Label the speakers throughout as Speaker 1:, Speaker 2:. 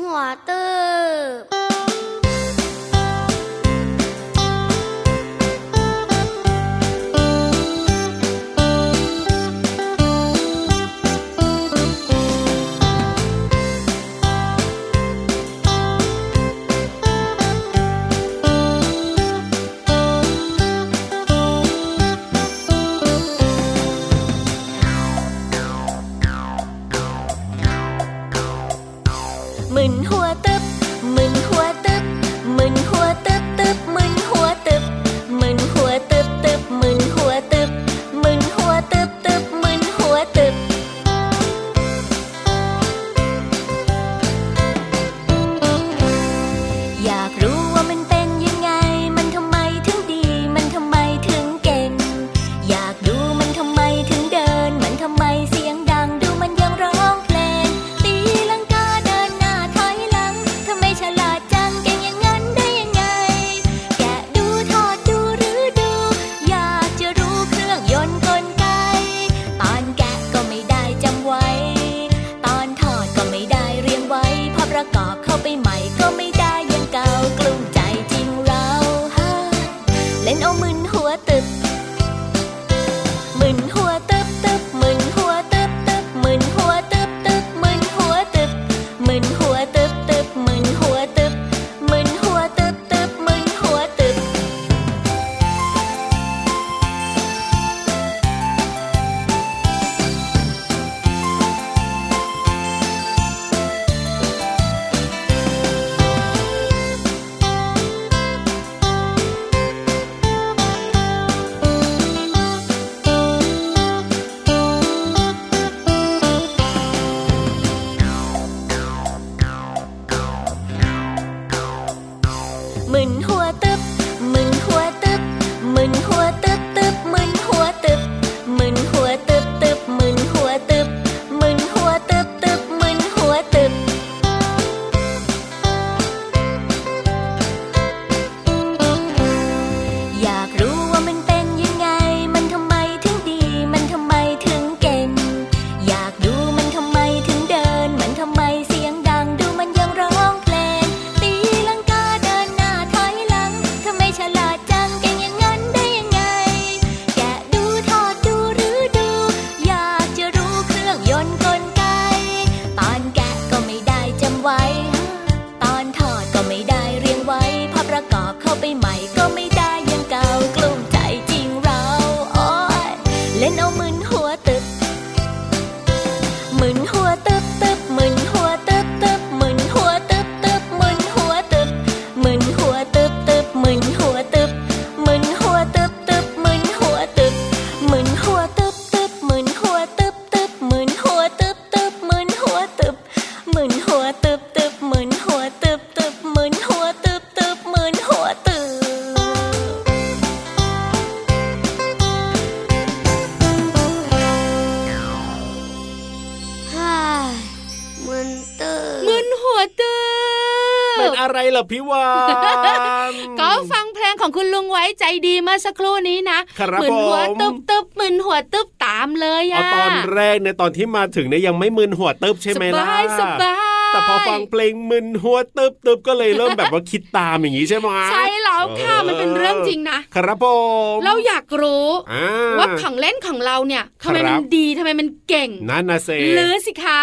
Speaker 1: หัวตื่น
Speaker 2: มึนหัวตึบมึนหัวตึบมึนหัวตึบตึบมึนหัวตึบมึนหัวตึบตึบมึนหัวตึบมึนหัวตึบตึบมึนหัวตึบ อยากรู้ว่ามันเป็นยังไง มันทำไมถึงดี มันทำไมถึงเก่ง อยากดูมันทำไมถึงเดิน มันทำไมเสียงดัง ดูมันยังร้องเพลง ตีลังกาเดินหน้าถอยหลัง ทำไมฉลาดจังเก่งอย่างนั้นได้ยังไง แกะดูทอดดูหรือดู อยากจะรู้เครื่องยนต์กลไก ตอนแกะก็ไม่ได้จำไว้ ตอนทอดก็ไม่ได้เรียงไว้พอประกอบเข้าไปใหม่ก็ไม่ได้ยังเก่ากลุ้มใจจริงเราฮะเล่นเอามึนหัวตึบ มึนหัวตึบตึบมึนหัวตึบตึบมึนหัวตึบตึบมึนหัวตึบมึนหัวตึบตึบมึนหัวตึบมึนหัวตึบตึบมึนหัวตึบ มึนหัวตึบมึนหัวตึบมึนหัวตึบตึบมึนหัวตึบมึนหัวตึบตึบมึนหัวตึบมึนหัวตึบตึบมึนหัวตึบ อยากรู้ว่ามันเป็นยังไง มันทำไมถึงดี มันทำไมถึงเก่ง อยากดูมันทำไมถึงเดิน มันทำไมเสียงดัง ดูมันยังร้องเพลง ตีลังกาเดินหน้าถอยหลัง ทำไมฉลาดจังเก่งอย่างนั้นได้ยังไง แกะดูทอดดูหรือดู อยากจะรู้เครื่องยนต์กลไก ตอนแกะก็ไม่ได้จำไว้ ตอนทอดก็ไม่ได้เรียงไว้พอประกอบเข้าไปใหม่ก็ไม่ได้ยังเก่ากลุ้มใจจริงเราโอ้ยเล่นเอามึนหัวตึบมึนหัวตึบตึบมึนหัวตึบตึบมึนหัวตึบตึบมึนหัวตึบมึนหัวตึบตึบมึนหัวตึบมึนหัวตึบตึบมึนหัวตึบมึนหัวตึบตึบมึนหัวตึบตึบมึนหัวตึบตึบมึนหัวตึบ หมึนหัวตึบตึบหมึนหัวตึบตึบหมึนหัวตึบตึบหมึนหัวตึบ
Speaker 1: ฮ่ามันตื่น
Speaker 3: มึนหัวตึ๊
Speaker 4: เป็น
Speaker 3: บ
Speaker 4: อะไรล่ะพี่วาน
Speaker 3: ก็ฟังเพลงของคุณลุงไว้ใจดีเมื่อสักครู่นี้นะครับ หมึนหัว
Speaker 4: ผม
Speaker 3: ตึ๊บตึ๊บหมึนหัวตึ๊บตามเลย
Speaker 4: เอา
Speaker 3: อ่ะ
Speaker 4: ตอนแรกเนี่ยตอนที่มาถึงเนี่ยยังไม่มึนหัวเติบใช่ไหม
Speaker 3: ส
Speaker 4: ล่ะ
Speaker 3: บายสบาย
Speaker 4: แต่พอฟังเพลงมึนหัวเติบเติบก็เลยเริ่มแบบว่าคิดตามอย่างนี้ใช่ไหม
Speaker 3: ใช่แล้วค่ะมันเป็นเรื่องจริงนะ
Speaker 4: ครับผม
Speaker 3: เราอยากรู้
Speaker 4: อ่
Speaker 3: ว่าของเล่นของเราเนี่ยทำ
Speaker 4: ค
Speaker 3: ไม
Speaker 4: รั
Speaker 3: มัน
Speaker 4: บ
Speaker 3: ดีทำไมมันเก่ง
Speaker 4: นั่นนะเซ
Speaker 3: หรือสิคะ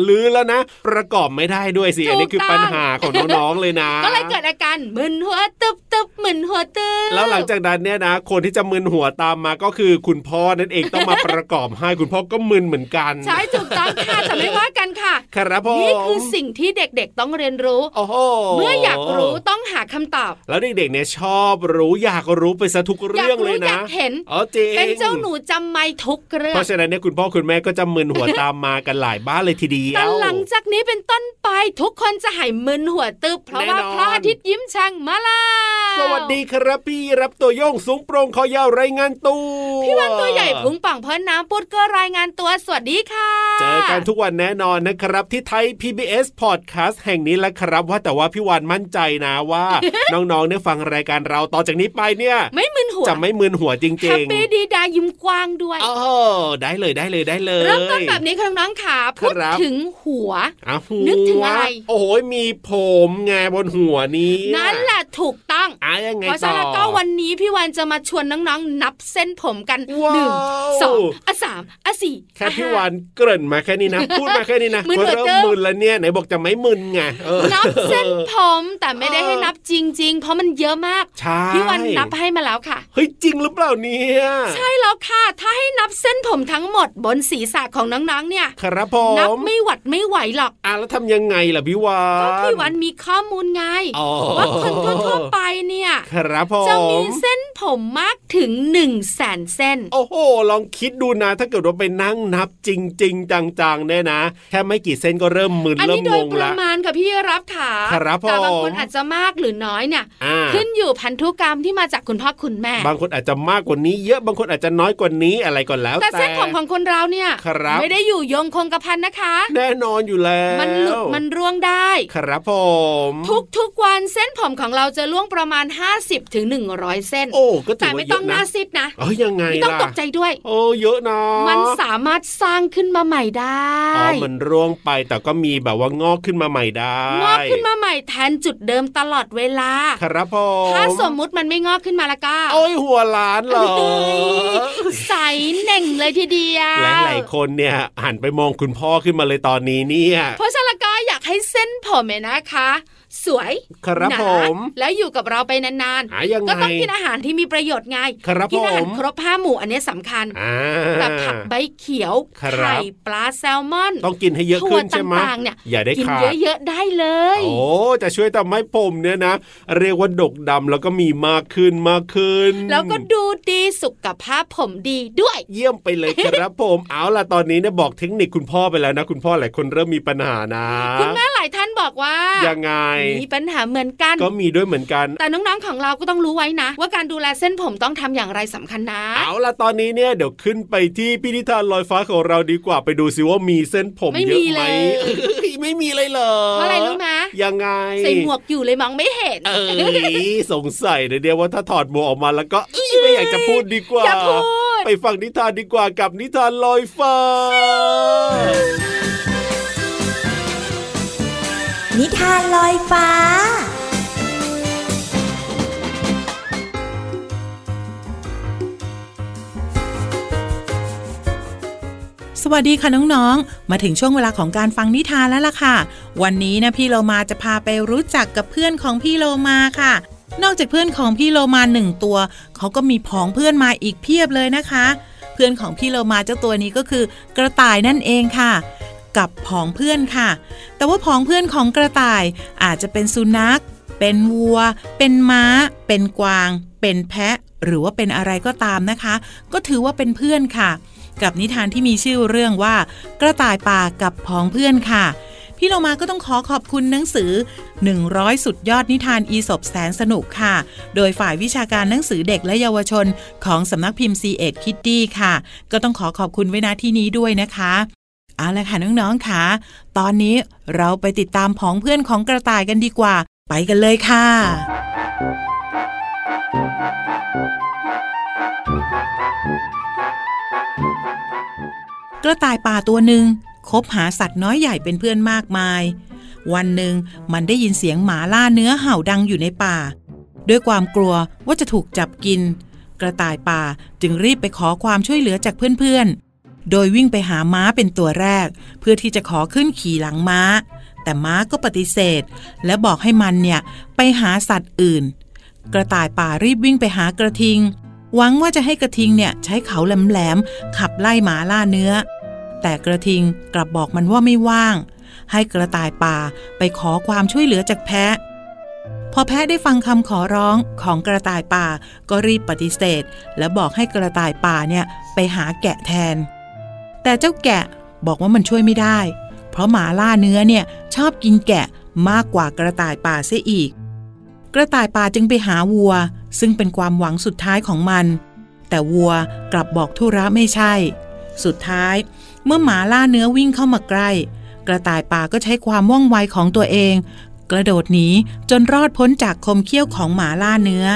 Speaker 4: ลือแล้วนะ ประกอบไม่ได้ด้วยสิ
Speaker 3: ถูก
Speaker 4: อันนี้คือ
Speaker 3: ต้อง
Speaker 4: ปัญหาของน้องๆเลยนะ
Speaker 3: ก็เลยเกิดอาการมึนหัวตึบตึบมึนหัวตึบ
Speaker 4: แล้วหลังจากนั้นเนี่ยนะ คนที่จะมึนหัวตามมาก็คือ คุณพ่อนั่นเองต้องมาประกอบให้คุณพ่อก็มึนเหมือนกัน
Speaker 3: ใช่ถูกต้องค่ะแต่ไม่ว่ากันค่ะ
Speaker 4: ครับผม
Speaker 3: นี่คือสิ่งที่เด็กๆต้องเรียนรู้
Speaker 4: โอ้โห
Speaker 3: เมื่ออยากรู้ต้องหาคำตอบ
Speaker 4: แล้วเด็กๆเนี่ยชอบรู้อยากรู้ไปซะทุก
Speaker 3: อยา
Speaker 4: เรื่อก งเล
Speaker 3: รู้
Speaker 4: ย
Speaker 3: อ
Speaker 4: นะ
Speaker 3: ยากเห็น
Speaker 4: อ๋อจริง
Speaker 3: เป็นเจ้าหนูจำไม่ทุกเรื่อ
Speaker 4: เพ
Speaker 3: ง
Speaker 4: ราะฉะนั้นเนี่ยคุณพ่อคุณแม่ก็จะมึนหัวตามมากันหลายบ้านเลยทีเดียว
Speaker 3: แต่หลังจากนี้เป็นต้นไปทุกคนจะหายมึนหัวตึบเพราะว่า
Speaker 4: แน่นอน
Speaker 3: พระอาทิตย์ยิ้มช่างมาแลา
Speaker 4: สวัสดีครับพี่รับตัวโยงสูงโปรงคอยาวไรายงานตัว
Speaker 3: พี่วันตัวใหญ่พุงป่องพอน้ำปุดก็รายงานตัวสวัสดีค่ะ
Speaker 4: เจอกันทุกวันแน่นอนนะครับ ที่ไทย PBS Podcast แห่งนี้แหละครับว่าแต่ว่าพี่วันมั่นใจนะว่า น้องๆเนี่ยฟังรายการเราต่อจากนี้ไปเนี่ย
Speaker 3: ไม่มึนหัว
Speaker 4: จะไม่มึนหัวจ
Speaker 3: แฮ
Speaker 4: ริ
Speaker 3: ป
Speaker 4: ง
Speaker 3: ปี้ดีดายิ้มกว้างด้วย
Speaker 4: ๆอ๋อได้เลยได้เลยได้เลย
Speaker 3: เริ่มต้นแบบนี้ค่ะน้องๆค่ะพูด
Speaker 4: ครับ
Speaker 3: ถึงหัว
Speaker 4: อ้าวหัว
Speaker 3: นึกถึงอะไร
Speaker 4: โอ้โหมีผมไงบนหัวนี้
Speaker 3: นั่นแหละถูกต้อง
Speaker 4: อ่ะยังไง
Speaker 3: เพราะ
Speaker 4: ต่
Speaker 3: ฉะ
Speaker 4: อ
Speaker 3: นั้นก็วันนี้พี่วันจะมาชวนน้องๆ นับเส้นผมกัน
Speaker 4: ว้าว
Speaker 3: หนึ่งสองอ่ะสามอ่ะสี่
Speaker 4: แค่
Speaker 3: อ่ะ
Speaker 4: พี่
Speaker 3: ห้า
Speaker 4: วานเกริ่นมาแค่นี้นะ พูดมาแค่นี้นะ
Speaker 3: มึน
Speaker 4: ก็
Speaker 3: เหมือน
Speaker 4: เริ่ม
Speaker 3: เดิม
Speaker 4: มึนแล้วเนี่ยไหนบอกจะไม่มึนไงเออ
Speaker 3: นับเส้นผมแต่ไม่ได้ให้นับจริง ๆ เพราะมันเยอะมาก
Speaker 4: ใช่
Speaker 3: พี่วันนับให้มาแล้วค่ะ
Speaker 4: เฮ้ยจริงหรือเปล่าเนี่ย
Speaker 3: ใช่แล้วค่ะ ถ้าให้นับเส้นผมทั้งหมดบนศีรษะของน้องๆ เนี่ย
Speaker 4: ครับผ
Speaker 3: นับ
Speaker 4: ม
Speaker 3: ไม่หวัดไม่ไหวหรอก
Speaker 4: อ่ะแล้วทำยังไงล่ะพี่วา
Speaker 3: ก็
Speaker 4: น
Speaker 3: พี่วันมีข้อมูลไง
Speaker 4: อ๋อ
Speaker 3: ว่าคนทั่วๆไปเนี่ย
Speaker 4: ครับผ
Speaker 3: จะมี
Speaker 4: ม
Speaker 3: เส้นผมมากถึง1นึ่งแสนเส้น
Speaker 4: โอ้โหลองคิดดูนะ ถ้าเกิดว่าไปนั่งนับจริงจริงๆจังๆเนี่ยนะแค่ไม่กี่เส้นก็เริ่มมึน
Speaker 3: อัน
Speaker 4: เริ่
Speaker 3: นี้
Speaker 4: ม
Speaker 3: โด
Speaker 4: ง
Speaker 3: ย
Speaker 4: ง
Speaker 3: ประ
Speaker 4: ละ
Speaker 3: มาณค่ะพี่รับขา
Speaker 4: ครับ
Speaker 3: แต่บางคน
Speaker 4: ผม
Speaker 3: อาจจะมากหรือน้อยเนี่ย
Speaker 4: อ่า
Speaker 3: ขึ้นอยู่พันธุกรรมที่มาจากคุณพ่อคุณแม่
Speaker 4: บางคนอาจจะมากกว่านี้เยอะบางคนอาจจะน้อยกว่านี้อะไรก็แล้วแต่
Speaker 3: แต่เส้นผมของคนเราเนี่ย
Speaker 4: ครับ
Speaker 3: ไม่ได้อยู่ยงคงกระพันนะคะ
Speaker 4: แน่นอนอยู่แล้ว
Speaker 3: มันหลุดมันร่วงได้
Speaker 4: ครับผม
Speaker 3: ทุกทุกๆวันเส้นผมของเราจะร่วงประมาณ 50-100ถึง100 เส้น
Speaker 4: โอ้ก็ถือ
Speaker 3: แต่
Speaker 4: ว่า
Speaker 3: ไม่
Speaker 4: เย
Speaker 3: ต้อง
Speaker 4: อะ
Speaker 3: ห
Speaker 4: นะ
Speaker 3: น้าซิดนะ
Speaker 4: เอ้ยยังไง
Speaker 3: ไม่ต้อง
Speaker 4: ล่ะ
Speaker 3: ตกใจด้วย
Speaker 4: โอ้เยอะนะ
Speaker 3: มันสามารถสร้างขึ้นมาใหม่ได้
Speaker 4: อ๋อมันร่วงไปแต่ก็มีแบบว่างอกขึ้นมาใหม่ได้
Speaker 3: งอกขึ้นมาใหม่แทนจุดเดิมตลอดเวลา
Speaker 4: ครับผม
Speaker 3: ถ้าสมมุติมันไม่งอกขึ้นมาละก็
Speaker 4: โอ้ยหัวล้านเหรอ
Speaker 3: ใสเน่งเลยทีเดียว
Speaker 4: หลายหลายๆคนเนี่ยหันไปมองคุณพ่อขึ้นมาเลยตอนนี้เนี่ย
Speaker 3: เพราะฉะนั้นแล้วก็อยากให้เส้นผมเนี่ยนะคะ สวย
Speaker 4: ครับ
Speaker 3: หนา
Speaker 4: ผม
Speaker 3: แล้วอยู่กับเราไปนาน
Speaker 4: หายัง
Speaker 3: ๆ
Speaker 4: ไง
Speaker 3: ก็ต้องกินอาหารที่มีประโยชน์ไง
Speaker 4: ครับ
Speaker 3: กิอาหาร
Speaker 4: ผม
Speaker 3: ครบห้าหมู่อันเนี้ยสำคัญ
Speaker 4: อ่า
Speaker 3: แต่ผักใบเขียว
Speaker 4: ครับ
Speaker 3: ไข่ปลาแซลมอน
Speaker 4: ต้องกินให้เยอะขึ้นใช่ไหม
Speaker 3: ถั่วต่างๆเนี่ย
Speaker 4: อย่าได้
Speaker 3: กิน
Speaker 4: ขาด
Speaker 3: เยอะๆได้เลย
Speaker 4: โอ้จะช่วยทำให้ผมเนี่ยนะ เรียกว่าดกดำแล้วก็มีมากขึ้นมากขึ้น
Speaker 3: แล้วก็ดูดีสุขภาพผมดีด้วย
Speaker 4: เยี่ยมไปเลยครับ ผม เอาล่ะตอนนี้เนี่ยบอกเทคนิคคุณพ่อไปแล้วนะ คุณพ่อหลายคนเริ่มมีปัญหานะ
Speaker 3: คุณแม่หลายท่านบอกว่า
Speaker 4: ยังไง
Speaker 3: มีปัญหาเหมือนกัน
Speaker 4: ก็มีด้วยเหมือนกัน
Speaker 3: แต่น้องๆ ของเราก็ต้องรู้ไว้นะ ว่าการดูแลเส้นผมต้องทำอย่างไรสำคัญนะ
Speaker 4: เอาล่ะตอนนี้เนี่ยเดี๋ยวขึ้นไปที่พินิธานลอยฟ้าของเราดีกว่าไปดูซิว่ามีเส้นผม
Speaker 3: ไม่
Speaker 4: เยอะ
Speaker 3: มี
Speaker 4: ไหม
Speaker 3: เลย
Speaker 4: เอ้ยไม่มีเลยเหรอ
Speaker 3: เพราะอะไรรู้ไหม
Speaker 4: ยังไง
Speaker 3: ใส่หมวกอยู่เลยมองไม่เห็น
Speaker 4: เอ้ยสงสัยนะเดียวว่าถ้าถอดหมวกออกมาแล้วก็ เอ้ยไม่อยากจะพูดดีกว่า
Speaker 3: อย่าพูด
Speaker 4: ไปฟังนิทานดีกว่ากับนิทานลอย ฟ้า
Speaker 5: นิทานลอยฟ้า
Speaker 6: สวัสดีค่ะน้องๆ มาถึงช่วงเวลาของการฟังนิทานแล้วล่ะค่ะ วันนี้นะพี่โลมาจะพาไปรู้จักกับเพื่อนของพี่โลมาค่ะ นอกจากเพื่อนของพี่โลมาหนึ่งตัว เขาก็มีผองเพื่อนมาอีกเพียบเลยนะคะ เพื่อนของพี่โลมาเจ้าตัวนี้ก็คือ กระต่ายนั่นเองค่ะ กับผองเพื่อนค่ะ แต่ว่าผองเพื่อนของกระต่ายอาจจะเป็นสุนัข เป็นวัว เป็นม้า เป็นกวาง เป็นแพะ หรือว่าเป็นอะไรก็ตามนะคะ ก็ถือว่าเป็นเพื่อนค่ะ กับนิทานที่มีชื่อเรื่องว่า กระต่ายป่ากับผองเพื่อนค่ะ พี่เรามาก็ต้องขอขอบคุณหนังสือ 100 สุดยอดนิทานอีสบแสนสนุกค่ะ โดยฝ่ายวิชาการหนังสือเด็กและเยาวชน ของสำนักพิมพ์ c ีเอ็ดคิตตี้ค่ะ ก็ต้องขอขอบคุณไว้ณที่นี้ด้วยนะคะ เอาละค่ะน้องๆค่ะ ตอนนี้เราไปติดตามผองเพื่อนของกระต่ายกันดีกว่า ไปกันเลยค่ะ กระต่ายป่าตัวหนึ่งคบหาสัตว์น้อยใหญ่เป็นเพื่อนมากมาย วันหนึ่งมันได้ยินเสียงหมาล่าเนื้อเห่าดังอยู่ในป่า ด้วยความกลัวว่าจะถูกจับกิน กระต่ายป่าจึงรีบไปขอความช่วยเหลือจากเพื่อนๆ โดยวิ่งไปหาม้าเป็นตัวแรก เพื่อที่จะขอขึ้นขี่หลังม้า แต่ม้าก็ปฏิเสธ และบอกให้มันเนี่ยไปหาสัตว์อื่น กระต่ายป่ารีบวิ่งไปหากระทิง หวังว่าจะให้กระทิงเนี่ยใช้เขาแหลมๆขับไล่หมาล่าเนื้อ แต่กระทิงกลับบอกมันว่าไม่ว่าง ให้กระต่ายป่าไปขอความช่วยเหลือจากแพะ พอแพะได้ฟังคำขอร้องของกระต่ายป่าก็รีบปฏิเสธ และบอกให้กระต่ายป่าเนี่ยไปหาแกะแทน แต่เจ้าแกะบอกว่ามันช่วยไม่ได้ เพราะหมาล่าเนื้อเนี่ยชอบกินแกะมากกว่ากระต่ายป่าเสียอีก กระต่ายป่าจึงไปหาวัว ซึ่งเป็นความหวังสุดท้ายของมัน แต่วัวกลับบอกธุระไม่ใช่ สุดท้าย เมื่อหมาล่าเนื้อวิ่งเข้ามาใกล้ กระต่ายป่าก็ใช้ความว่องไวของตัวเอง กระโดดหนีจนรอดพ้นจากคมเขี้ยวของหมาล่าเนื้อ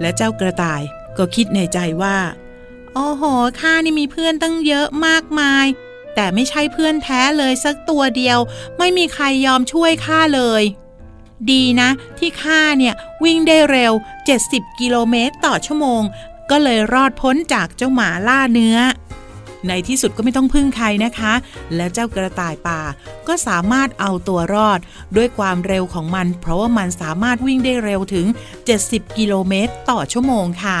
Speaker 6: และเจ้ากระต่ายก็คิดในใจว่า โอ้โห ข้านี่มีเพื่อนตั้งเยอะมากมาย แต่ไม่ใช่เพื่อนแท้เลยสักตัวเดียว ไม่มีใครยอมช่วยข้าเลย ดีนะ ที่ข้าเนี่ย วิ่งได้เร็ว 70 กิโลเมตรต่อชั่วโมง ก็เลยรอดพ้นจากเจ้าหมาล่าเนื้อ ในที่สุดก็ไม่ต้องพึ่งใครนะคะ และเจ้ากระต่ายป่าก็สามารถเอาตัวรอด ด้วยความเร็วของมัน เพราะว่ามันสามารถวิ่งได้เร็วถึง 70 กิโลเมตรต่อชั่วโมงค่ะ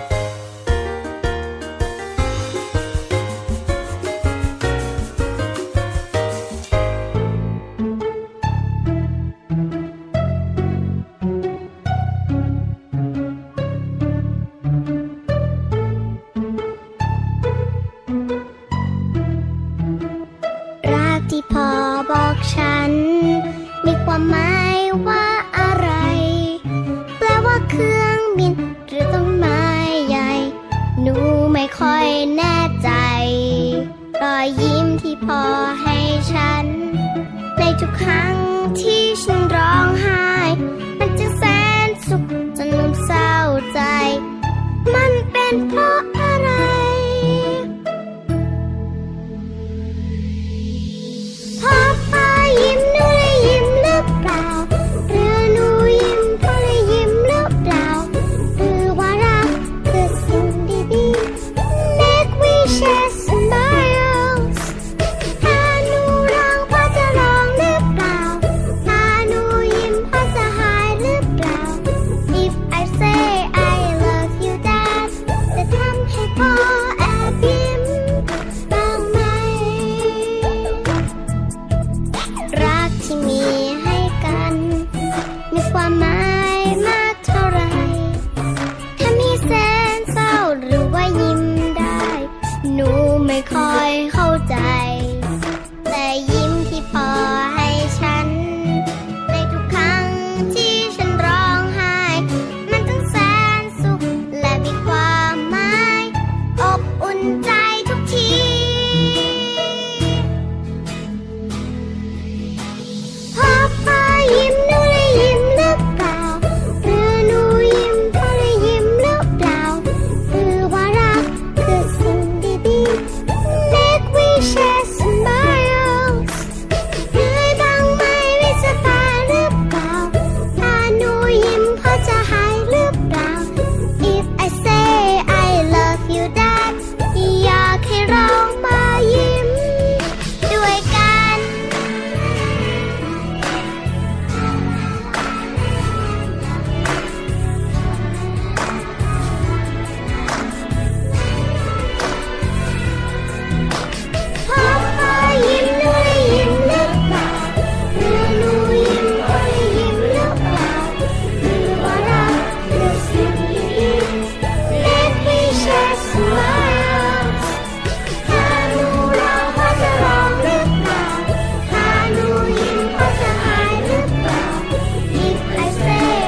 Speaker 6: ะ
Speaker 1: รากที่พ่อบอกฉัน มีความหมายว่าอะไร แปลว่าเครื่องบิน หรือต้นไม้ใหญ่ หนูไม่ค่อยแน่ใจ รอยยิ้มที่พ่อให้ฉัน ในทุกครั้งที่ฉันร้องไห้ มันจึงแสนสุขจนลืมเศร้าใจ มันเป็นเพราะอะไร พอพ่อยิ้มหนูได้ยิ้มหรือเปล่า หรือหนูยิ้มพ่อได้ยิ้มหรือเปล่า หรือว่ารักคือสิ่งดีๆ Make wishes smiles ถ้าหนูร้องพ่อจะร้องหรือเปล่า ถ้าหนูยิ้มพ่อจะหายหรือเปล่า If I say I love you Dad จะทำให้พ่อแอบยิ้มบ้างไหม รักที่มีให้กัน มีความหมายมากเท่าไหรถ้ามีแสนเศร้าหรือว่ายิ้มได้ หนูไม่ค่อยเข้าใจ แต่ยิ้มที่พอให้ฉัน ในทุกครั้งที่ฉันร้องไห้ มันทั้งแสนสุขและมีความหมาย อบอุ่นใจทุกที พอพ่อยิ้มหนูได้ยิ้มหรือเปล่า หรือหนูยิ้มพ่อได้ยิ้มหรือเปล่า หรือว่ารักคือสิ่งดีๆ Make wishes smiles หรือดังไม่วิสตาหรือเปล่า ถ้าหนูยิ้มพ่อจะหายหรือเปล่า If I say I love you Dad อยากให้เรามายิ้ม ด้วยกัน พ่อพ่อยิ้มหนูได้ยิ้มหรือเปล่าหรือหนูยิ้มพ่อได้ยิ้มหรือเปล่าหรือว่ารักหรือสิ่งดีๆ Let me share smiles ถ้าหนูร้องพ่อจะร้องหรือเปล่าถ้าหนูยิ้มพ่อจะหายหรือเปล่า If I say I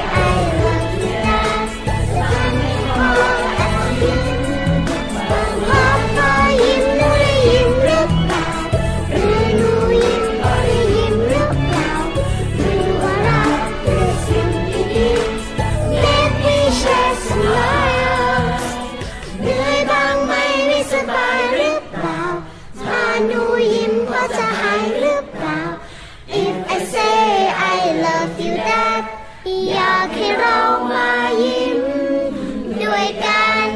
Speaker 1: love you Dad จะทำให้พ่อแอบยิ้ม พ่อพ่อยิ้มหนูได้ยิ้มหรือเปล่า หรือหนูยิ้มพ่อได้ยิ้มหรือเปล่า หรือว่ารักคือสิ่งดีๆ Let me share smiles เหนื่อยบ้างไหมไม่สบายหรือเปล่า ถ้าหนูยิ้มพ่อจะหายหรือเปล่า If I say I love you Dad อยากให้เรามายิ้ม ด้วยกัน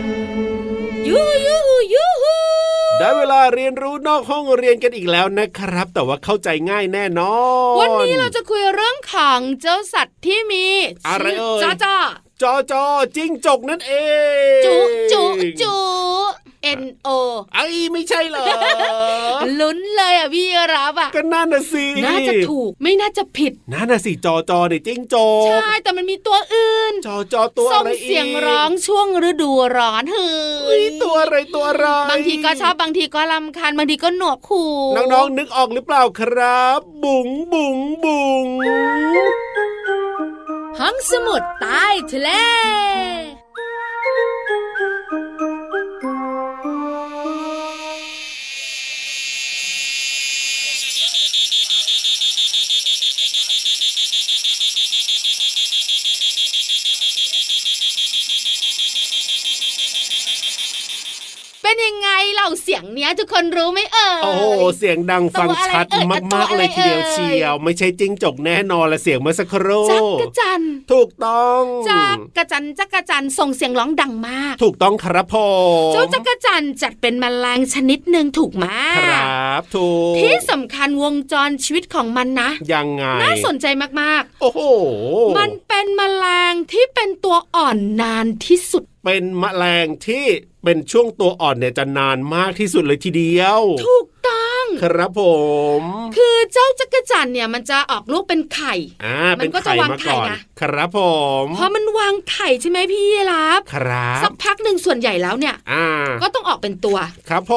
Speaker 3: ยูยูยูฮู
Speaker 4: ได้เวลาเรียนรู้นอกห้องเรียนกันอีกแล้วนะครับ แต่ว่าเข้าใจง่ายแน่นอน
Speaker 3: วันนี้เราจะคุยเรื่องของเจ้าสัตว์ที่มี
Speaker 4: อะไรเอ่ย
Speaker 3: จ้าจ้า
Speaker 4: จอจอจิ้งจกนั่นเอง
Speaker 3: จุจุจุ N O
Speaker 4: ไอ้ยไม่ใช่เหรอ
Speaker 3: ลุ้นเลยอ่ะพี่รับอ่ะ
Speaker 4: ก็นั่นน่ะสิ
Speaker 3: น่าจะถูกไม่น่าจะผิด
Speaker 4: นั่นน่ะสิจอจอเนี่ยจิ้งจก
Speaker 3: ใช่ แต่มันมีตัวอื่น
Speaker 4: จอจอตัว
Speaker 3: ส่
Speaker 4: อะ
Speaker 3: ง
Speaker 4: ไรอีก
Speaker 3: เสียงร้องช่วงฤดูร้อนเฮ้
Speaker 4: เอ้ยตัวอะไรตัวอะไร
Speaker 3: บางทีก็ชอบบางทีก็ลำคาญบางทีก็หนวกหู
Speaker 4: น้องๆนึกออกหรือเปล่าครับ บุ๋งบุ๋งบุ๋ง
Speaker 3: ห้องสมุดใต้ทะเล เป็นยังไงเหล่าเสียงเนี้ยทุกคนรู้ไหมเอ่ย
Speaker 4: โอ้โหเสียงดังฟังชัด
Speaker 3: ตัวอะไรเอ่ย
Speaker 4: มาก
Speaker 3: ตั
Speaker 4: ๆ
Speaker 3: วอะไร
Speaker 4: เลยทีเดียว
Speaker 3: เอ่ย
Speaker 4: เชียว ไม่ใช่จิ้งจกแน่นอนละเสียงเมื่อสักครู่
Speaker 3: จักกระจัน
Speaker 4: ถูกต้อง
Speaker 3: จักกระจันจักกระจันส่งเสียงร้องดังมาก
Speaker 4: ถูกต้องครับผม
Speaker 3: เจ้าจักรจันทร์จัดเป็นแมลงชนิดหนึ่งถูกไหม
Speaker 4: ครับถูก
Speaker 3: ที่สำคัญวงจรชีวิตของมันนะ
Speaker 4: ยังไง
Speaker 3: น่าสนใจมาก
Speaker 4: โอ้โห
Speaker 3: ๆ มันเป็นแมลงที่เป็นตัวอ่อนนานที่สุด
Speaker 4: เป็นแมลงที่เป็นช่วงตัวอ่อนเนี่ยจะนานมากที่สุดเลยทีเดียว
Speaker 3: ถูกต้อง
Speaker 4: ครับผม
Speaker 3: คือเจ้าจักรจันทร์เนี่ยมันจะออกลูกเป็นไข่
Speaker 4: อ่า
Speaker 3: มั
Speaker 4: เป็น
Speaker 3: นก็จะ
Speaker 4: ไข่
Speaker 3: วาง
Speaker 4: มา
Speaker 3: ไข่
Speaker 4: ก่อน
Speaker 3: นะ
Speaker 4: ครับผม
Speaker 3: พอมันวางไข่ใช่ไหมพี่ยีรับ
Speaker 4: ครับ
Speaker 3: สักพักหนึ่งส่วนใหญ่แล้วเนี่ย
Speaker 4: อ่า
Speaker 3: ก็ต้องออกเป็นตัว
Speaker 4: ครับผ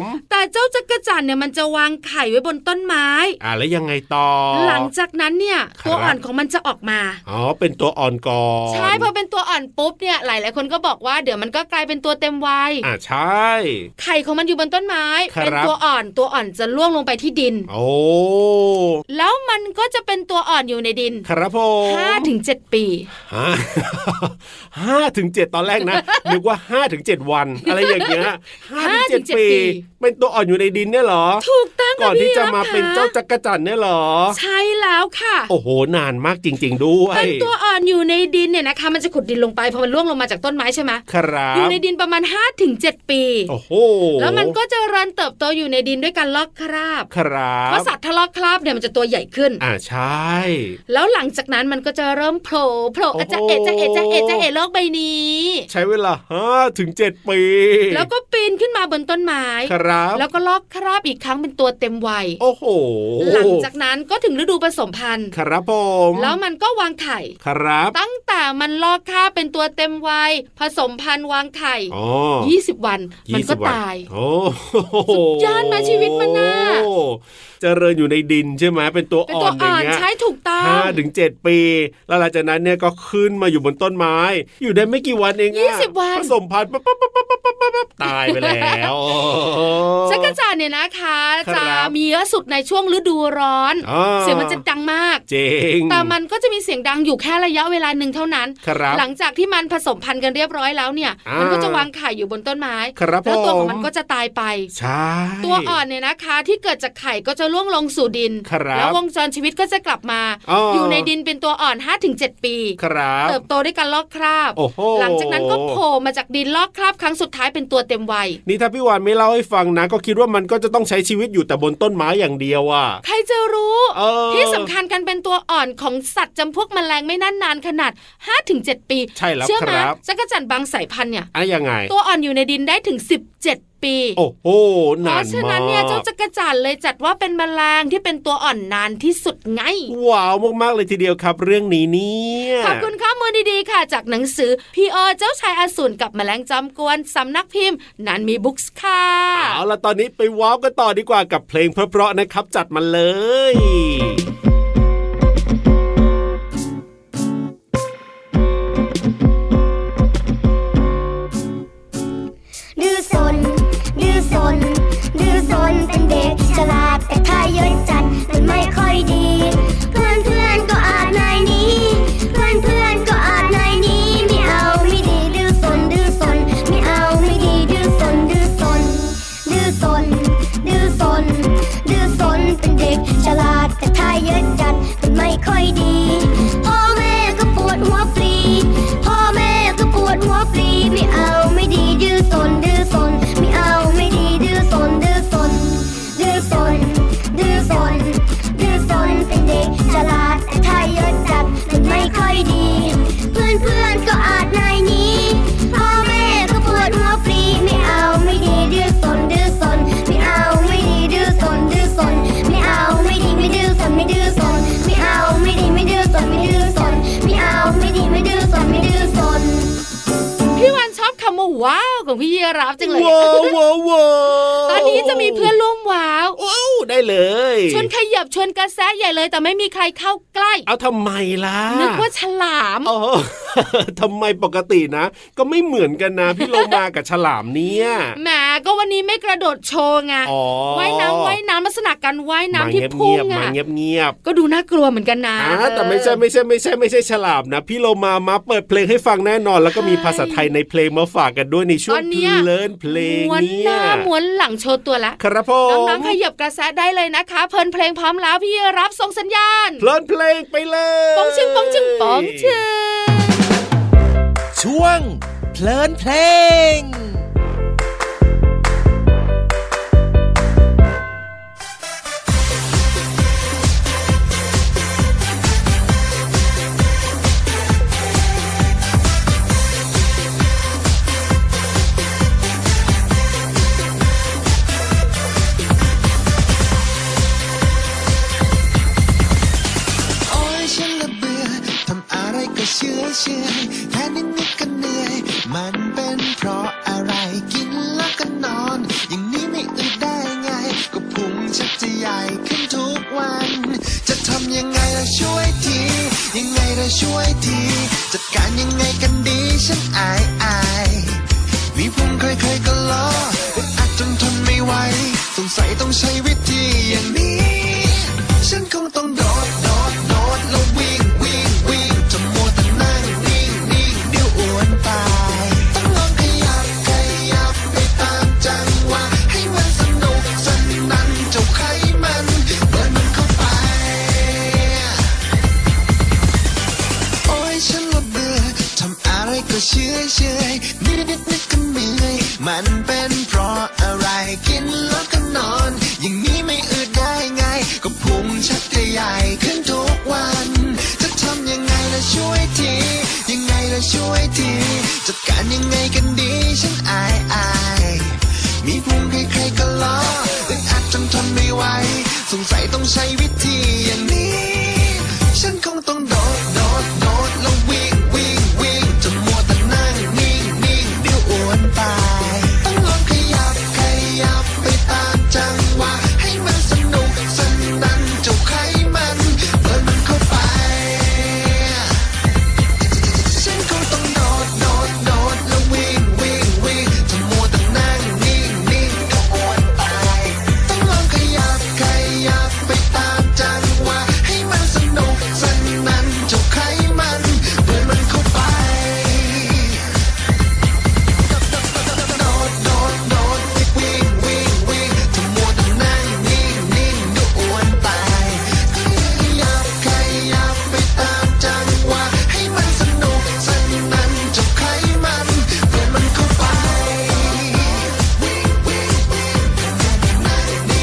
Speaker 4: ม
Speaker 3: แต่เจ้าจักรจันทร์เนี่ยมันจะวางไข่ไว้บนต้นไม้
Speaker 4: อ่าแล้วยังไงต่อ
Speaker 3: หลังจากนั้นเนี่ย
Speaker 4: ครับ
Speaker 3: ตัวอ่อนของมันจะออกมา
Speaker 4: อ๋อเป็นตัวอ่อนก่อน
Speaker 3: ใช่พอเป็นตัวอ่อนปุ๊บเนี่ยหลายหลายๆคนก็บอกว่าเดี๋ยวมันก็กลายเป็นตัวเต็มวัย
Speaker 4: อ่าใช่
Speaker 3: ไข่ของมันอยู่บนต้นไม้
Speaker 4: ครับ
Speaker 3: เป็นตัวอ่อนตัวอ่อนจะล่วงลงไปที่ดิน
Speaker 4: โอ้
Speaker 3: แล้วมันก็จะเป็นตัวอ่อนอยู่ในดิน
Speaker 4: ครับผม
Speaker 3: ห้าถึงเจ็ดปี
Speaker 4: ห้า ห้าถึงเจ็ดตอนแรกนะ นึกว่าห้าถึงเจ็ดวัน อะไรอย่างเงี้ยห้าถึงเจ็ด
Speaker 3: ห้าถึงเจ็ดปี
Speaker 4: ปีเป็นตัวอ่อนอยู่ในดินเนี่ยเหรอ
Speaker 3: ถูกตั้ง
Speaker 4: ก่อนที่จะมา
Speaker 3: พี่
Speaker 4: เป็น
Speaker 3: รับ
Speaker 4: เจ้าจักรจันทร์เนี่ยเหรอ
Speaker 3: ใช่แล้วค่ะ
Speaker 4: โอ้โห นานมากจริง ๆ ด้วย
Speaker 3: เป็นตัวอ่อนอยู่ในดินเนี่ยนะคะ มันจะขุดดินลงไปพอมันล่วงลงมาจากต้นไม้ใช่ไหม
Speaker 4: ครั
Speaker 3: อยู่
Speaker 4: บ
Speaker 3: ในดินประมาณ5้าถึงเจ็ดปี
Speaker 4: โอ้โห
Speaker 3: แล้วมันก็เจะรันเติบโตอยู่ในดินด้วยการลอกคราบ
Speaker 4: ครับ
Speaker 3: เพราะสัตว์ทะลอกคราบเนี่ยมันจะตัวใหญ่ขึ้น
Speaker 4: อ่าใช่
Speaker 3: แล้วหลังจากนั้นมันก็จะเริ่มโผล่โผล่
Speaker 4: โอ้
Speaker 3: อา
Speaker 4: โห
Speaker 3: จจะเอะจะเอะจะเอะจะเอะโลกใบนี้
Speaker 4: ใช้เวลาห้าถึงเจ็ดปี
Speaker 3: แล้วก็ปีนขึ้นมาบนต้นไม้
Speaker 4: ครับ
Speaker 3: แล้วก็ลอกคราบอีกครั้งเป็นตัวเต็มวัย
Speaker 4: โอ้โห
Speaker 3: หลังจากนั้นก็ถึงฤดูผสมพันธุ์
Speaker 4: ครับผม
Speaker 3: แล้วมันก็วางไข่
Speaker 4: ครับ
Speaker 3: ตั้งแต่มันลอกคราบเป็นตัวเต็มวัย ผสมพันธุ์วางไข่
Speaker 4: อ๋อ
Speaker 3: 20 วันมันก็
Speaker 4: ยี่สิบวั
Speaker 3: ตาย
Speaker 4: โอ้โห
Speaker 3: สุดยอดไหมชีวิตมันน่ะ
Speaker 4: โอ้เจริญอยู่ในดินใช่ไหมเป็นตัว
Speaker 3: เป็น
Speaker 4: อ่อ
Speaker 3: ตัวน
Speaker 4: อ
Speaker 3: อ่
Speaker 4: ย่าง
Speaker 3: อน
Speaker 4: เงี้ย
Speaker 3: ใช้ถูกต้อง
Speaker 4: ห้าถึงเจ็ดปี แล้วหลังจากนั้นเนี่ยก็ขึ้นมาอยู่บนต้นไม้ อยู่ได้ไม่กี่วันเองอะ
Speaker 3: ยี่สิบวัน
Speaker 4: ผสมพันธุ์ปั๊บปั๊บปั๊บปั๊บปั๊บปั๊บปั๊บตายไปแล้ว
Speaker 3: จักรจันทร์เนี่ยนะคะ
Speaker 4: ค
Speaker 3: จะ
Speaker 4: รับ
Speaker 3: มีเยอะสุดในช่วงฤดูร้อน
Speaker 4: อ่า
Speaker 3: เสียงมันจะดังมาก
Speaker 4: จริง
Speaker 3: แต่มันก็จะมีเสียงดังอยู่แค่ระยะเวลาหนึ่งเท่านั้น
Speaker 4: ครับ
Speaker 3: หลังจากที่มันผสมพันธุ์กันเรียบร้อยแล้วเนี่ย
Speaker 4: อ่ามั
Speaker 3: มันก็จะวางไข่อยู่บนต้นไม้
Speaker 4: ครับ
Speaker 3: แล้วตัวของ
Speaker 4: ผม
Speaker 3: มันก็จะตายไป
Speaker 4: ใช่
Speaker 3: ตัวอ่อนเนี่ยนะคะ ที่เกิดจากไข่ก็จะล่วงลงสู่ดิน
Speaker 4: ครับ
Speaker 3: แล้ววงจรชีวิตก็จะกลับมา
Speaker 4: อ้ออ
Speaker 3: ยู่ในดินเป็นตัวอ่อน 5-7 ปี
Speaker 4: ครับ
Speaker 3: เติบโตด้วยการลอกคราบ
Speaker 4: โอ้โห
Speaker 3: หลังจากนั้นก็โผล่มาจากดินลอกคราบครั้งสุดท้ายเป็นตัวเต็มวัย
Speaker 4: นี่ถ้าพี่วานไม่เล่าให้ฟังนะ ก็คิดว่ามันก็จะต้องใช้ชีวิตอยู่แต่บนต้นไม้อย่างเดียวอ่ะ
Speaker 3: ใครจะรู้
Speaker 4: เออ
Speaker 3: ที่สำคัญการเป็นตัวอ่อนของสัตว์จำพวกแมลงไม่นานนานขนาด 5-7 ปี
Speaker 4: ใช่แล้ว
Speaker 3: เชื่อไหม
Speaker 4: ครับ
Speaker 3: จักรจันทร์บางสายพันธุ์เนี่ย
Speaker 4: อะยังไง
Speaker 3: ตัวอ่อนอยู่ในดินได้ถึง 17 ปี
Speaker 4: โอ้โห
Speaker 3: เพ
Speaker 4: นานมาก
Speaker 3: ราะฉะนั้นเนี่ยเจ้าจักรจันทร์เลยจัดว่าเป็นแมลงที่เป็นตัวอ่อนนานที่สุดไง
Speaker 4: ว้าวมากๆเลยทีเดียวครับ เรื่องนี้เนี่ย
Speaker 3: ขอบคุณข้อมูลดีๆค่ะ จากหนังสือพี่อเจ้าชายอสูรกับแมลงจอมกวนสำนักพิมพ์ นันมีบุ๊กส์ค่ะ
Speaker 4: เอาล่ะ ตอนนี้ไปว้าวกันต่อดีกว่ากับเพลงเพราะๆนะครับ จัดมาเลย
Speaker 1: ดื้อสน ดื้อสน ดื้อสน เป็นเด็กฉลาดแต่ถ้าเยอะจัดมันไม่ค่อยดี เพื่อนเพื่อนๆก็อาจนายหนี้ เพื่อนเพื่อนๆก็อาจนายหนี้ไม่เอาไม่ดี ดื้อสน ดื้อสน ไม่เอาไม่ดี ดื้อสน ดื้อสน ดื้อสน ดื้อสน ดื้อสน เป็นเด็กฉลาดแต่ถ้าเยอะจัดมันไม่ค่อยดี พ่อแม่ก็ปวดหัวฟรี พ่อแม่ก็ปวดหัวฟรีไม่เอาไม่ดี ดื้อสน ดื้อสน ไม่เอาไม่ดี ดื้อสน ดื้อสน ดื้อสน ดื้อสน ดื้อสน เป็นเด็กฉลาดแต่ถ้าเยอะจัดมันไม่ค่อยดี เพื่อนเพื่อนๆก็อาจนายหนี้ พ่อแม่ก็ปวดหัวฟรีไม่เอาไม่ดี
Speaker 3: ของพี่ยีรับจังเลย
Speaker 4: ว้าวว้าวว้าว
Speaker 3: ตอนนี้จะมีเพื่อนร่วมว้าว
Speaker 4: ว้าวได้เลย
Speaker 3: ชวนขยับชวนกระแสใหญ่เลย แต่ไม่มีใครเข้าใกล้
Speaker 4: เอาทำไมล่ะ
Speaker 3: นึกว่าฉลาม
Speaker 4: โอ้โห ทำไมปกตินะ ก็ไม่เหมือนกันนะ พี่โลมากับฉลามเนี่ย
Speaker 3: แหมก็วันนี้ไม่กระโดดโชว์ไง
Speaker 4: อ๋อ
Speaker 3: ว่ายน้ำว่ายน้ำลักษณะการว่ายน้ำที่
Speaker 4: มา
Speaker 3: พุ่
Speaker 4: เงียบๆ
Speaker 3: งอ่ะ
Speaker 4: มาเงียบเงียบ
Speaker 3: ก็ดูน่ากลัวเหมือนกันนะ
Speaker 4: อ่าแต่ไม่ใช่ไม่ใช่ไม่ใช่ไม่ใช่ฉลามนะ พี่โลมามาเปิดเพลงให้ฟังแน่นอน แล้วก็มีภาษาไทยในเพลงมาฝากกันด้วยในช่วงเพลินเพลง
Speaker 3: ม้วนห
Speaker 4: เนี่ย
Speaker 3: น้าม้วนหลังโชว์ตัวละ
Speaker 4: ครับผม
Speaker 3: น้องๆขยับกระแสได้เลยนะคะ เพลินเพลงพร้อมแล้วพี่รับส่งสัญญาณ
Speaker 4: เพลินเพลงไปเลย
Speaker 3: ปองชิงปองชิงปองชิง
Speaker 7: ช่วงเพลินเพลง
Speaker 8: โอ้ยฉันละเบื่อทำอะไรก็เชื่อเชื่อแค่นิดนิดๆก็เหนื่อย มันเป็นเพราะอะไรกินแล้วก็นอน อย่างนี้ไม่อึดได้ไง ก็พุงชักจะใหญ่ขึ้นทุกวัน จะทำยังไงล่ะช่วยที ยังไงล่ะช่วยที จัดการยังไงกันดีฉันอายอายมีพุงเคยเคยๆก็ล้ออึดอัดจนทนไม่ไหวสงสัยต้องใช้วิธีอย่างนี้ ฉันคงต้องโดด โดด โดด แล้ววิ่ง วิ่ง วิ่งจะมัวแต่นั่งนิ่งนิ่งเดี๋ยวอ้วนตาย ต้องลองขยับ ขยับไปตามจังหวะให้มันสนุกสนันเจ้าไขมันเดินมันเข้าไป โอ้ยฉันละเบื่อทำอะไรก็เชื่อเชื่อยนิดนิดนิดก็เมื่อยมันเป็นเพราะอะไรกินแล้วก็นอน อย่างนี้ไม่อืดได้ไง ก็พุงชักจะใหญ่ขึ้นทุกวัน จะทำยังไงล่ะช่วยที ยังไงล่ะช่วยที จัดการยังไงกันดี ฉันอายอายมีพุงใครๆก็ล้ออึดอัดจนทนไม่ไหวสงสัยต้องใช้วิธีอย่างนี้ ฉันคงต้องโดด โดด โดด แล้ววิ่ง วิ่ง วิ่งจะมัวแต่นั่งนิ่งนิ่งเดี๋ยวอ้วนตาย ต้องลองขยับ ขยับไปตามจังหวะให้มันสนุกสนันเจ้าไขมันเดินมันเข้าไป ฉันคงต้องโดด โดด โดด แล้ววิ่ง วิ่ง วิ่งจะมัวแต่นั่งนิ่งนิ่งเดี๋ยวอ้วนตาย ต้องลองขยับ ขยับไปตามจังหวะให้มันสนุกสนันเจ้าไขมันเดินมันเข้าไป โดด โดด โดด วิ่ง วิ่ง วิ่งจะมัวแต่นั่งนิ่งนิ่งเดี๋ยวอ้วนตาย ขยับ ขยับไปตามจังหวะให้มันสนุกสนันเจ้าไขมันเดินมันเข้าไป ต้อ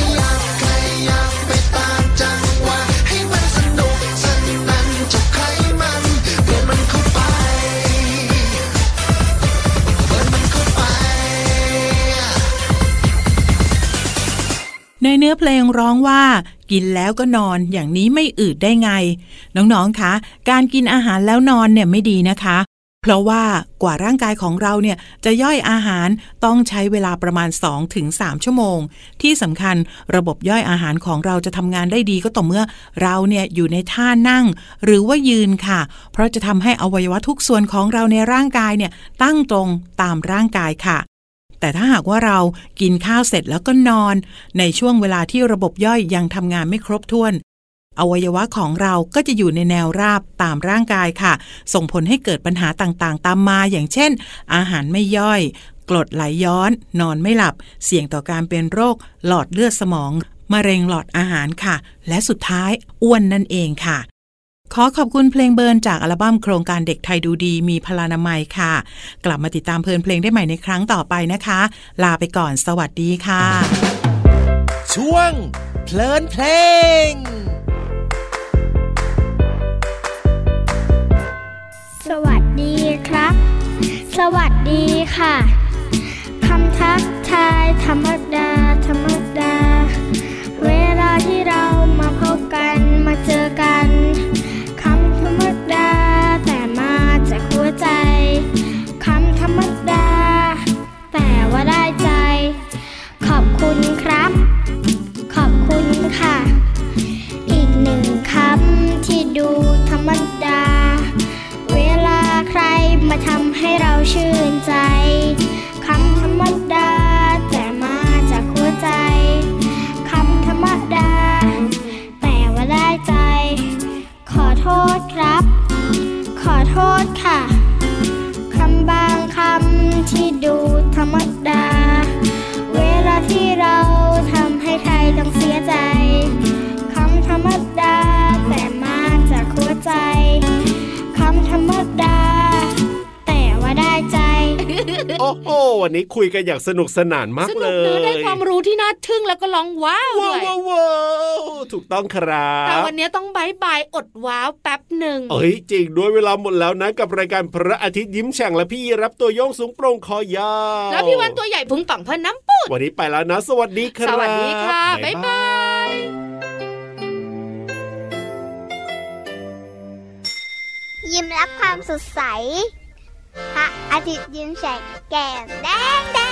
Speaker 8: งลองขยับขยับไปตามจังหวะให้มันสนุกสนันจะใครมันเดินมันเข้าไปเดินมันเข้าไป
Speaker 6: ในเนื้อเพลงร้องว่า กินแล้วก็นอนอย่างนี้ไม่อืดได้ไง น้องๆคะการกินอาหารแล้วนอนเนี่ยไม่ดีนะคะ เพราะว่ากว่าร่างกายของเราเนี่ยจะย่อยอาหารต้องใช้เวลาประมาณ 2-3 ชั่วโมง ที่สำคัญระบบย่อยอาหารของเราจะทำงานได้ดีก็ต่อเมื่อเราเนี่ยอยู่ในท่านั่ง หรือว่ายืนค่ะ เพราะจะทำให้อวัยวะทุกส่วนของเราในร่างกายเนี่ยตั้งตรงตามร่างกายค่ะ แต่ถ้าหากว่าเรากินข้าวเสร็จแล้วก็นอน ในช่วงเวลาที่ระบบย่อยยังทำงานไม่ครบถ้วน อวัยวะของเราก็จะอยู่ในแนวราบตามร่างกายค่ะ ส่งผลให้เกิดปัญหาต่างๆ ตามมาอย่างเช่น อาหารไม่ย่อย กรดไหลย้อน นอนไม่หลับ เสี่ยงต่อการเป็นโรค หลอดเลือดสมองมะเร็งหลอดอาหารค่ะ และสุดท้ายอ้วนนั่นเองค่ะ ขอขอบคุณเพลงเบิร์นจากอัลบั้มโครงการเด็กไทยดูดีมีพลานามัยค่ะ กลับมาติดตามเพลินเพลงได้ใหม่ในครั้งต่อไปนะคะ ลาไปก่อนสวัสดีค่ะ
Speaker 7: ช่วงเพลินเพลง
Speaker 1: สวัสดีครับ สวัสดีค่ะ คำทักทายธรรมดา ธรรมดา เวลาที่เรามาพบกันมาเจอกัน คำธรรมดาแต่มาจากหัวใจ
Speaker 4: อ้โหวันนี้คุยกันอย่างสนุกสนานมาก
Speaker 3: ส
Speaker 4: เล
Speaker 3: นุก
Speaker 4: ย
Speaker 3: เนอะได้ความรู้ที่น่าทึ่งแล้วก็ร้องว้าว
Speaker 4: ว้า
Speaker 3: ด้
Speaker 4: ว
Speaker 3: วย
Speaker 4: ว้าวว้าวถูกต้องครั
Speaker 3: แต่
Speaker 4: บ
Speaker 3: วันนี้ต้องบายบายอดว้าวแป๊บหนึ่ง
Speaker 4: เอ้ยจริงด้วยเวลาหมดแล้วนะ กับรายการพระอาทิตย์ยิ้มแฉ่งและพี่รับตัวโยงสูงโปร่งคอยาว
Speaker 3: แล้วพี่วันตัวใหญ่พุงป่องพอน้ำปูด
Speaker 4: วันนี้ไปแล้วนะ สวัสดีครับ
Speaker 3: สวัสดีค่ะ บ๊ายบาย
Speaker 1: ยิ้มรับความสดใส พระอาทิตย์ยิ้มแฉกแก้มแดงแด